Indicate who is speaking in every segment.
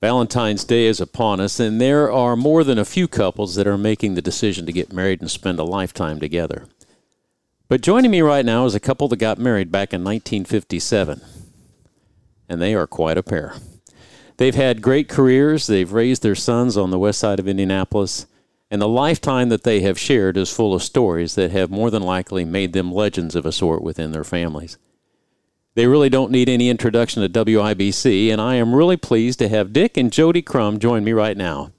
Speaker 1: Valentine's Day is upon us, and there are more than a few couples that are making the decision to get married and spend a lifetime together. But joining me right now is a couple that got married back in 1957, and they are quite a pair. They've had great careers, they've raised their sons on the west side of Indianapolis, and the lifetime that they have shared is full of stories that have more than likely made them legends of a sort within their families. They really don't need any introduction to WIBC, and I am really pleased to have Dick and Jody Crum join me right now.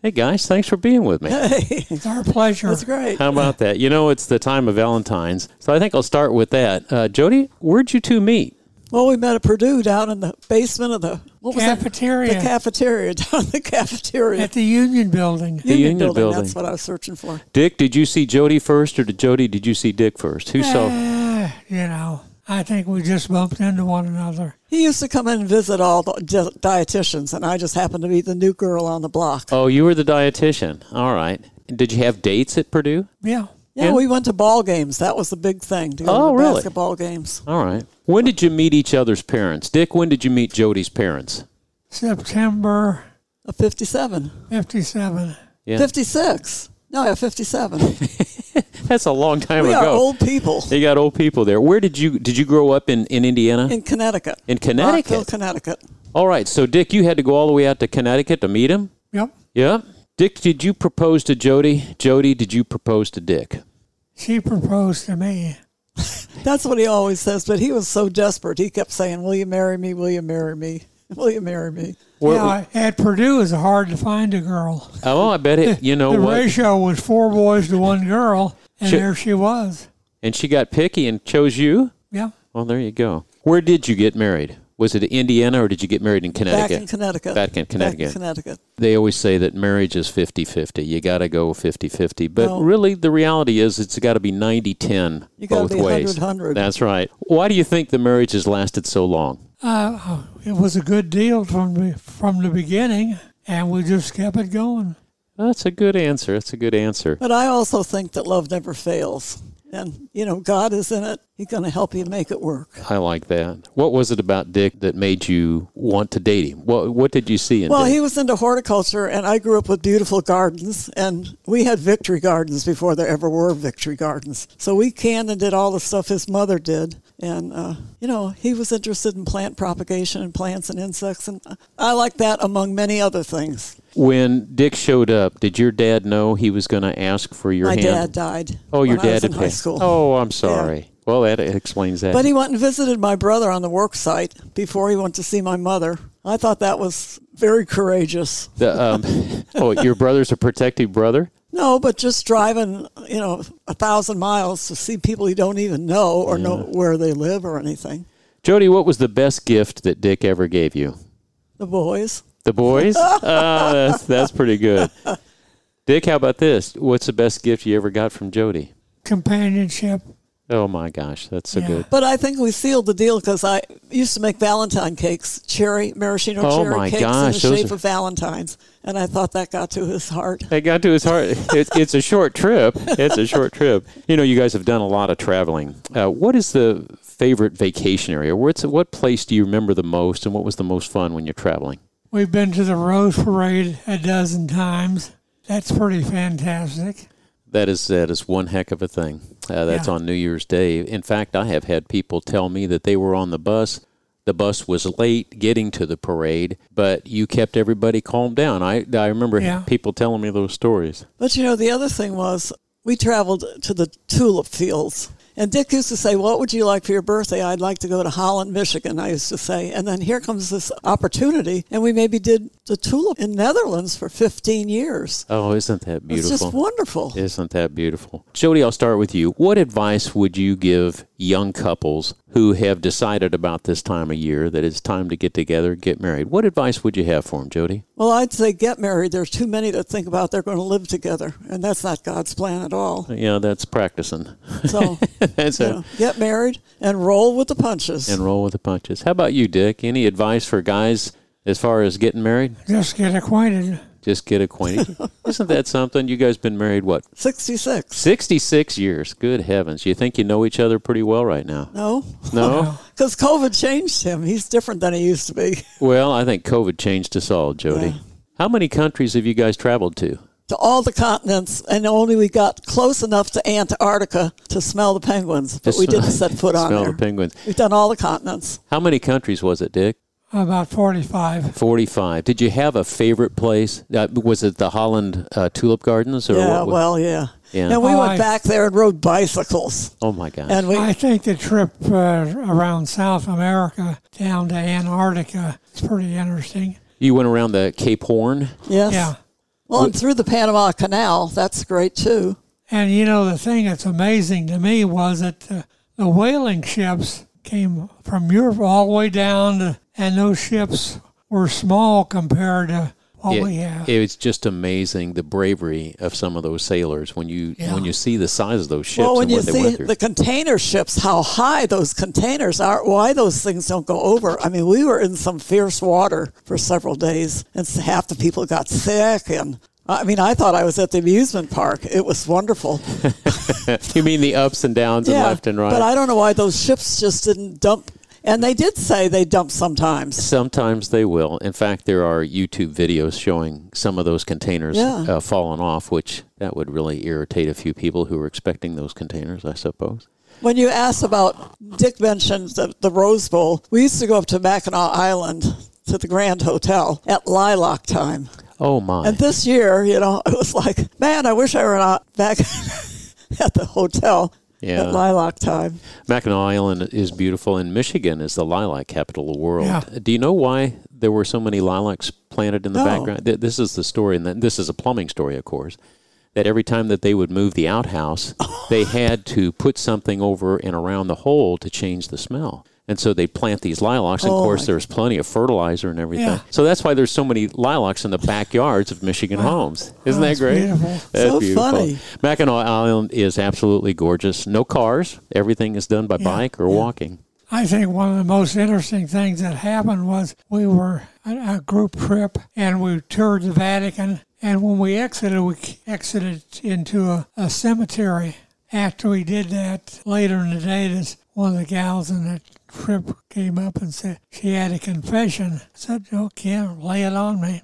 Speaker 1: Hey guys, thanks for being with me.
Speaker 2: It's our pleasure.
Speaker 3: That's great.
Speaker 1: How about that? You know, it's the time of Valentine's, so I think I'll start with that. Uh, Jody, where'd you two meet?
Speaker 3: Well, we met at Purdue down in the basement of the what was
Speaker 2: Cafeteria.
Speaker 3: that? The cafeteria down in the cafeteria.
Speaker 2: At the Union Building.
Speaker 1: the Union Building.
Speaker 3: That's what I was searching for.
Speaker 1: Dick, did you see Jody first, or did Jody did you see Dick first? Who saw?
Speaker 2: Ah, you know, I think we just bumped into one another.
Speaker 3: He used to come in and visit all the di- dietitians, and I just happened to be the new girl on the block.
Speaker 1: Oh, you were the dietitian. All right. Did you have dates at Purdue?
Speaker 2: Yeah.
Speaker 3: yeah,
Speaker 1: and-
Speaker 3: we went to ball games. That was the big thing. To go
Speaker 1: Oh,
Speaker 3: to
Speaker 1: really?
Speaker 3: Basketball games.
Speaker 1: All right. When did you meet each other's parents? Dick, when did you meet Jody's parents?
Speaker 2: September
Speaker 3: A 57,
Speaker 2: 57.
Speaker 1: Yeah.
Speaker 3: 56. No, yeah, 57.
Speaker 1: That's a long time
Speaker 3: we
Speaker 1: ago.
Speaker 3: are old people
Speaker 1: You got old people there. Where did you did you grow up in in Indiana?
Speaker 3: in Connecticut.
Speaker 1: In Connecticut?
Speaker 3: Rockville, Connecticut.
Speaker 1: all right. So Dick, you had to go all the way out to Connecticut to meet him.
Speaker 2: Yep.
Speaker 1: Yeah. Dick, did you propose to Jody? Jody, did you propose to Dick?
Speaker 2: She proposed to me.
Speaker 3: That's what he always says, but he was so desperate. He kept saying, Will you marry me? Will you marry me? Will you marry me?
Speaker 1: Well,
Speaker 2: yeah, at Purdue, it was hard to find a girl.
Speaker 1: Oh, I bet it. You know
Speaker 2: the
Speaker 1: what?
Speaker 2: ratio was four boys to one girl, and
Speaker 1: She-
Speaker 2: there she was.
Speaker 1: And she got picky and chose you.
Speaker 2: Yeah.
Speaker 1: Well, there you go. Where did you get married? Was it Indiana or did you get married in Connecticut?
Speaker 3: Back in Connecticut.
Speaker 1: Back in Connecticut.
Speaker 3: Connecticut.
Speaker 1: They always say that marriage is 50 50. You got to go 50 50. But
Speaker 3: No.
Speaker 1: really, the reality is it's got to be 90 10
Speaker 3: You gotta
Speaker 1: both
Speaker 3: be
Speaker 1: ways.
Speaker 3: 100.
Speaker 1: That's right. Why do you think the marriage has lasted so long?
Speaker 2: Uh, it was a good deal from the, from the beginning, and we just kept it going.
Speaker 1: That's a good answer. That's a good answer.
Speaker 3: But I also think that love never fails. And, you know, God is in it. He's going to help you make it work.
Speaker 1: I like that. What was it about Dick that made you want to date him? What What did you see in
Speaker 3: Well,
Speaker 1: Dick?
Speaker 3: he was into horticulture, and I grew up with beautiful gardens, and we had victory gardens before there ever were victory gardens. So we canned and did all the stuff his mother did. And, uh, you know, he was interested in plant propagation and plants and insects, and I like that among many other things.
Speaker 1: when Dick showed up, did your dad know he was going to ask for your
Speaker 3: My
Speaker 1: hand?
Speaker 3: dad died.
Speaker 1: Oh, your
Speaker 3: when I was
Speaker 1: dad
Speaker 3: in
Speaker 1: had
Speaker 3: high
Speaker 1: passed.
Speaker 3: school.
Speaker 1: Oh, I'm sorry. Well, that explains that.
Speaker 3: But he went and visited my brother on the work site before he went to see my mother. I thought that was very courageous.
Speaker 1: The, um, oh, your brother's a protective brother.
Speaker 3: No, but just driving, you know, a thousand miles to see people you don't even know or know where they live or anything.
Speaker 1: Jody, what was the best gift that Dick ever gave you?
Speaker 3: The boys.
Speaker 1: The boys. Ah, that's that's pretty good. Dick, how about this? What's the best gift you ever got from Jody?
Speaker 2: Companionship.
Speaker 1: Oh my gosh, that's so
Speaker 2: Yeah.
Speaker 1: good.
Speaker 3: But I think we sealed the deal because I used to make Valentine cakes, cherry, maraschino
Speaker 1: Oh,
Speaker 3: cherry
Speaker 1: my
Speaker 3: cakes
Speaker 1: gosh,
Speaker 3: in the
Speaker 1: those
Speaker 3: shape
Speaker 1: are-
Speaker 3: of Valentines. And I thought that got to his heart.
Speaker 1: It got to his heart. It's, it's a short trip. It's a short trip. You know, you guys have done a lot of traveling. Uh, what is the favorite vacation area? What's what place do you remember the most, and what was the most fun when you're traveling?
Speaker 2: We've been to the Rose Parade a dozen times. That's pretty fantastic.
Speaker 1: That is that is one heck of a thing. Uh, that's
Speaker 2: Yeah.
Speaker 1: on New Year's Day. In fact, I have had people tell me that they were on the bus. The bus was late getting to the parade, but you kept everybody calmed down. I I remember
Speaker 2: Yeah.
Speaker 1: people telling me those stories.
Speaker 3: But you know, the other thing was we traveled to the tulip fields. And Dick used to say, What would you like for your birthday? I'd like to go to Holland, Michigan, I used to say. And then here comes this opportunity. And we maybe did the tulip in Netherlands for 15 years.
Speaker 1: Oh, isn't that beautiful?
Speaker 3: It's just wonderful.
Speaker 1: Isn't that beautiful? Jody, I'll start with you. What advice would you give young couples who have decided about this time of year that it's time to get together, get married. What advice would you have for them, Jody?
Speaker 3: Well, I'd say get married. There's too many that think about they're going to live together, and that's not God's plan at all.
Speaker 1: Yeah, that's practicing.
Speaker 3: So,
Speaker 1: That's
Speaker 3: you
Speaker 1: a-
Speaker 3: know, get married and roll with the punches.
Speaker 1: and roll with the punches. How about you, Dick? Any advice for guys as far as getting married?
Speaker 2: Just get acquainted.
Speaker 1: Just get acquainted. Isn't that something? You guys been married what?
Speaker 3: 66.
Speaker 1: 66 years. Good heavens. You think you know each other pretty well right now?
Speaker 3: No,
Speaker 1: No?
Speaker 3: because COVID changed him. He's different than he used to be.
Speaker 1: well, I think COVID changed us all, Jody.
Speaker 3: Yeah.
Speaker 1: How many countries have you guys traveled to?
Speaker 3: To all the continents, and only we got close enough to Antarctica to smell the penguins, but
Speaker 1: To
Speaker 3: we
Speaker 1: smell-
Speaker 3: didn't set foot on
Speaker 1: Smell
Speaker 3: there.
Speaker 1: the penguins.
Speaker 3: We've done all the continents.
Speaker 1: How many countries was it, Dick?
Speaker 2: About 45.
Speaker 1: 45. Did you have a favorite place? Uh, was it the Holland uh, Tulip Gardens? Or
Speaker 3: yeah,
Speaker 1: what was-
Speaker 3: well, yeah.
Speaker 1: Yeah.
Speaker 3: And we
Speaker 2: Oh,
Speaker 3: went
Speaker 2: I-
Speaker 3: back there and rode bicycles.
Speaker 1: Oh, my gosh.
Speaker 3: And we,
Speaker 2: I think the trip uh, around South America down to Antarctica is pretty interesting.
Speaker 1: you went around the Cape Horn?
Speaker 3: yes.
Speaker 2: Yeah.
Speaker 3: Well, and through the Panama Canal, that's great too.
Speaker 2: And you know, the thing that's amazing to me was that the, the whaling ships came from Europe all the way down, to, and those ships were small compared to
Speaker 3: Oh,
Speaker 2: what we have.
Speaker 1: It was just amazing the bravery of some of those sailors when you
Speaker 2: Yeah.
Speaker 1: when you see the size of those ships
Speaker 3: well,
Speaker 1: and
Speaker 3: when you
Speaker 1: what they
Speaker 3: see
Speaker 1: went through.
Speaker 3: the container ships, how high those containers are, why those things don't go over. I mean, we were in some fierce water for several days, and s- half the people got sick. And I mean, I thought I was at the amusement park. It was wonderful.
Speaker 1: you mean the ups and downs and left and right?
Speaker 3: But I don't know why those ships just didn't dump. And they did say they dump sometimes.
Speaker 1: Sometimes they will. In fact, there are YouTube videos showing some of those containers
Speaker 3: Yeah.
Speaker 1: uh, falling off, which that would really irritate a few people who were expecting those containers, I suppose.
Speaker 3: When you asked about, Dick mentioned the, the Rose Bowl. We used to go up to Mackinac Island to the Grand Hotel at lilac time.
Speaker 1: Oh my!
Speaker 3: And this year, you know, it was like, man, I wish I were not back at the hotel
Speaker 1: Yeah.
Speaker 3: at lilac time.
Speaker 1: Mackinac Island is beautiful, and Michigan is the lilac capital of the world.
Speaker 2: Yeah.
Speaker 1: Do you know why there were so many lilacs planted in the
Speaker 3: No.
Speaker 1: background? Th- This is the story, and th- this is a plumbing story, of course. That every time that they would move the outhouse, they had to put something over and around the hole to change the smell. And so they plant these lilacs. and of
Speaker 3: Oh,
Speaker 1: course,
Speaker 3: my
Speaker 1: there's plenty of fertilizer and everything.
Speaker 2: Yeah.
Speaker 1: So that's why there's so many lilacs in the backyards of Michigan homes. Isn't that
Speaker 2: that's
Speaker 1: great?
Speaker 2: beautiful.
Speaker 1: That's
Speaker 3: So
Speaker 1: beautiful.
Speaker 3: funny.
Speaker 1: Mackinac Island is absolutely gorgeous. No cars. Everything is done by bike or walking.
Speaker 2: I think one of the most interesting things that happened was we were on a group trip and we toured the Vatican. And when we exited, we exited into a, a cemetery. After we did that, later in the day, this one of the gals in that trip came up and said she had a confession. I said, "Oh, can't lay it on me."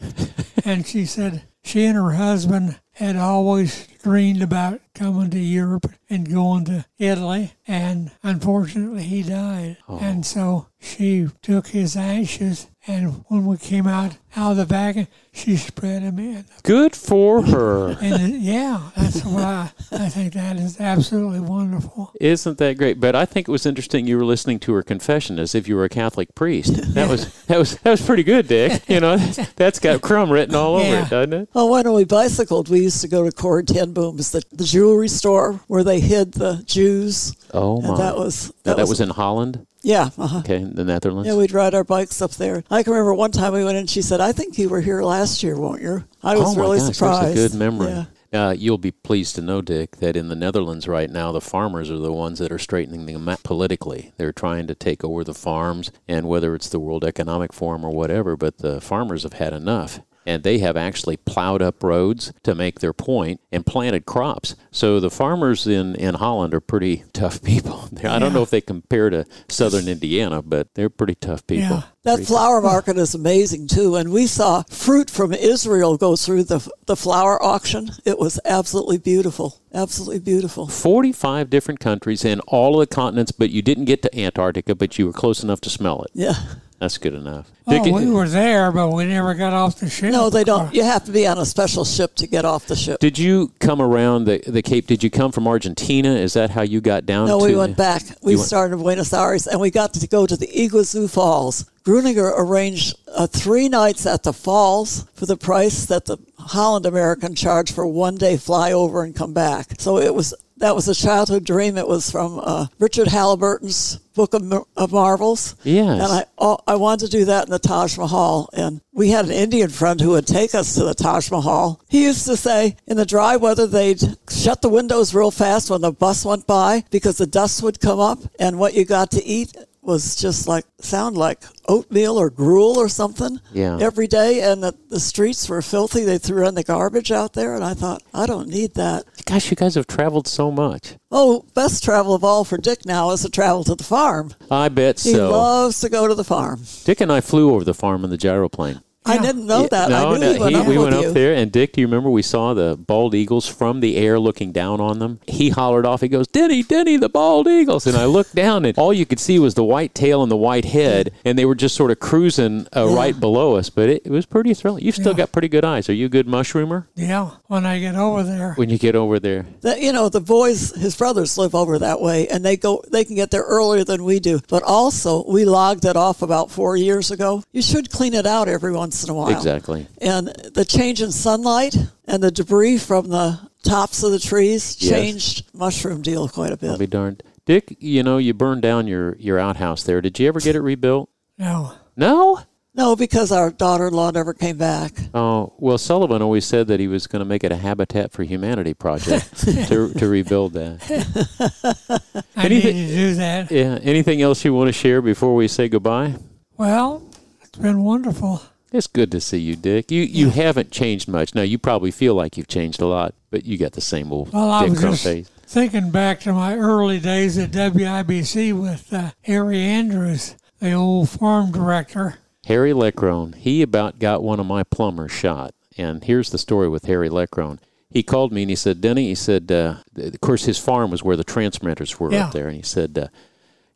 Speaker 2: and she said she and her husband had always dreamed about coming to Europe and going to Italy, and unfortunately he died.
Speaker 1: Oh.
Speaker 2: And so she took his ashes, and when we came out out of the wagon, she spread them in.
Speaker 1: Good for her.
Speaker 2: And it- yeah, that's why I think that is absolutely wonderful.
Speaker 1: Isn't that great? But I think it was interesting you were listening to her confession as if you were a Catholic priest. That was that was that was pretty good, Dick. You know, that's- that's got crumb written all over
Speaker 2: Yeah.
Speaker 1: it, doesn't it?
Speaker 3: Well, when we bicycled, we used to go to Corey Ten Booms, the, the jewelry store where they hid the Jews.
Speaker 1: Oh
Speaker 3: And
Speaker 1: my!
Speaker 3: that was
Speaker 1: Now, that was in Holland,
Speaker 3: yeah. Uh-huh.
Speaker 1: okay, in the Netherlands.
Speaker 3: Yeah, we'd ride our bikes up there. I can remember one time we went in. She said, "I think you were here last year, weren't you?" I was
Speaker 1: oh my
Speaker 3: really
Speaker 1: gosh,
Speaker 3: surprised.
Speaker 1: That's a good memory.
Speaker 3: Yeah.
Speaker 1: Uh, you'll be pleased to know, Dick, that in the Netherlands right now, the farmers are the ones that are straightening them out politically. They're trying to take over the farms, and whether it's the World Economic Forum or whatever, but the farmers have had enough. And they have actually plowed up roads to make their point and planted crops. So the farmers in, in Holland are pretty tough people. They're- I don't know if they compare to southern Indiana, but they're pretty tough people.
Speaker 2: Yeah.
Speaker 3: That flower market is amazing too, and we saw fruit from Israel go through the the flower auction. It was absolutely beautiful, absolutely beautiful.
Speaker 1: 45 different countries and all of the continents, but you didn't get to Antarctica, but you were close enough to smell it.
Speaker 3: Yeah.
Speaker 1: That's good enough.
Speaker 2: Oh,
Speaker 1: Dick,
Speaker 2: we were there, but we never got off the ship.
Speaker 3: No, they don't. You have to be on a special ship to get off the ship.
Speaker 1: did you come around the, the Cape? Did you come from Argentina? Is that how you got down
Speaker 3: No,
Speaker 1: to
Speaker 3: we went back. We
Speaker 1: You went-
Speaker 3: started in Buenos Aires, and we got to go to the Iguazu Falls. Gruninger arranged uh, three nights at the falls for the price that the Holland American charged for one day flyover and come back. So it was That was a childhood dream. It was from uh, Richard Halliburton's Book of, Mar- of Marvels.
Speaker 1: Yes.
Speaker 3: And I, oh, I wanted to do that in the Taj Mahal. And we had an Indian friend who would take us to the Taj Mahal. He used to say in the dry weather, they'd shut the windows real fast when the bus went by because the dust would come up and what you got to eat was just like sound like oatmeal or gruel or something
Speaker 1: Yeah.
Speaker 3: every day and the, the streets were filthy they threw in the garbage out there and i thought i don't need that
Speaker 1: Gosh, you guys have traveled so much.
Speaker 3: Oh, best travel of all for Dick now is to travel to the farm.
Speaker 1: I bet
Speaker 3: He
Speaker 1: so.
Speaker 3: loves to go to the farm.
Speaker 1: Dick and I flew over the farm in the gyroplane.
Speaker 3: I didn't know that.
Speaker 1: No,
Speaker 3: I
Speaker 1: no,
Speaker 3: knew he went
Speaker 1: he-
Speaker 3: up
Speaker 1: we
Speaker 3: with
Speaker 1: went
Speaker 3: you.
Speaker 1: up there, and Dick, do you remember we saw the bald eagles from the air looking down on them? He hollered off, he goes, Denny, Denny, the bald eagles. And I looked down, and all you could see was the white tail and the white head, and they were just sort of cruising uh, right below us, but it, it was pretty thrilling. You've still
Speaker 2: Yeah.
Speaker 1: got pretty good eyes. Are you a good mushroomer
Speaker 2: Yeah, when I get over there.
Speaker 1: when you get over there?
Speaker 3: That, you know, the boys, his brothers live over that way, and they go. They can get there earlier than we do. But also, we logged it off about four years ago. You should clean it out every once in a while.
Speaker 1: Exactly.
Speaker 3: And the change in sunlight and the debris from the tops of the trees
Speaker 1: Yes.
Speaker 3: changed mushroom deal quite a bit.
Speaker 1: I'll be darned. Dick, you know, you burned down your, your outhouse there. Did you ever get it rebuilt?
Speaker 2: No.
Speaker 1: No?
Speaker 3: No, because our daughter-in-law never came back.
Speaker 1: Oh, well, Sullivan always said that he was going to make it a Habitat for Humanity project to, to rebuild that.
Speaker 2: I
Speaker 1: Anything-
Speaker 2: need to do that.
Speaker 1: Yeah. Anything else you want to share before we say goodbye?
Speaker 2: Well, it's been wonderful.
Speaker 1: It's good to see you, Dick. You you haven't changed much. Now you probably feel like you've changed a lot, but you got the same old
Speaker 2: Well, I
Speaker 1: Dick
Speaker 2: was
Speaker 1: Crumb
Speaker 2: just
Speaker 1: face.
Speaker 2: thinking back to my early days at WIBC with uh, Harry Andrews, the old farm director.
Speaker 1: Harry Leckrone, he about got one of my plumbers shot. And here's the story with Harry Leckrone. He called me and he said, Denny, he said, uh, th- of course, his farm was where the transmitters were
Speaker 2: Yeah.
Speaker 1: up there. And he said, uh,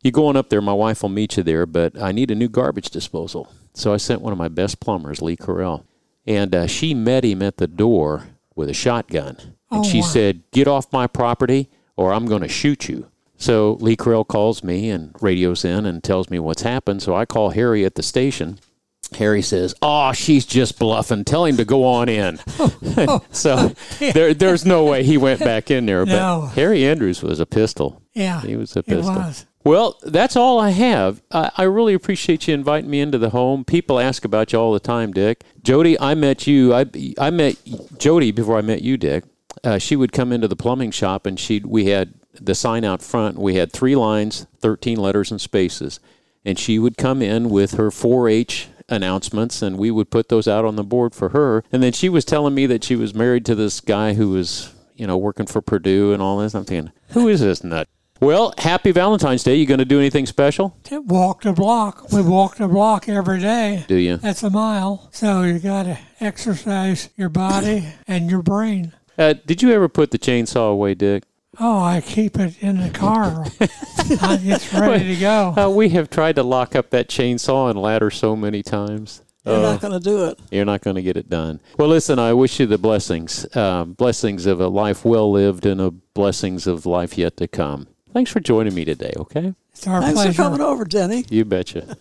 Speaker 1: you going up there, my wife will meet you there, but I need a new garbage disposal. So I sent one of my best plumbers, Lee Correll. And uh, she met him at the door with a shotgun. And
Speaker 2: Oh,
Speaker 1: she
Speaker 2: wow.
Speaker 1: said, Get off my property or I'm going to shoot you. So Lee Correll calls me and radios in and tells me what's happened. So I call Harry at the station. Harry says, "Oh, she's just bluffing. Tell him to go on in." so there, there's no way he went back in there. But
Speaker 2: No.
Speaker 1: Harry Andrews was a pistol.
Speaker 2: Yeah,
Speaker 1: he was a
Speaker 2: he
Speaker 1: pistol.
Speaker 2: was.
Speaker 1: Well, that's all I have. I, I really appreciate you inviting me into the home. People ask about you all the time, Dick. Jody, I met you. I I met Jody before I met you, Dick. Uh, she would come into the plumbing shop, and she we had the sign out front. We had three lines, thirteen letters and spaces, and she would come in with her 4-H announcements, and we would put those out on the board for her. And then she was telling me that she was married to this guy who was you know working for Purdue and all this. I'm thinking, who is this nut? Well, happy Valentine's Day. You going to do anything special?
Speaker 2: Walked a block. We walked a block every day.
Speaker 1: Do you?
Speaker 2: That's a mile. So you got to exercise your body and your brain.
Speaker 1: Uh, did you ever put the chainsaw away, Dick?
Speaker 2: Oh, I keep it in the car. I- it's ready to go.
Speaker 1: Uh, we have tried to lock up that chainsaw and ladder so many times.
Speaker 3: They're
Speaker 1: Oh.
Speaker 3: not going to do it.
Speaker 1: You're not going to get it done. Well, listen, I wish you the blessings, uh, blessings of a life well lived and a blessings of life yet to come. Thanks for joining me today, okay?
Speaker 2: It's our
Speaker 3: Thanks
Speaker 2: pleasure.
Speaker 3: for coming over, Denny.
Speaker 1: You betcha.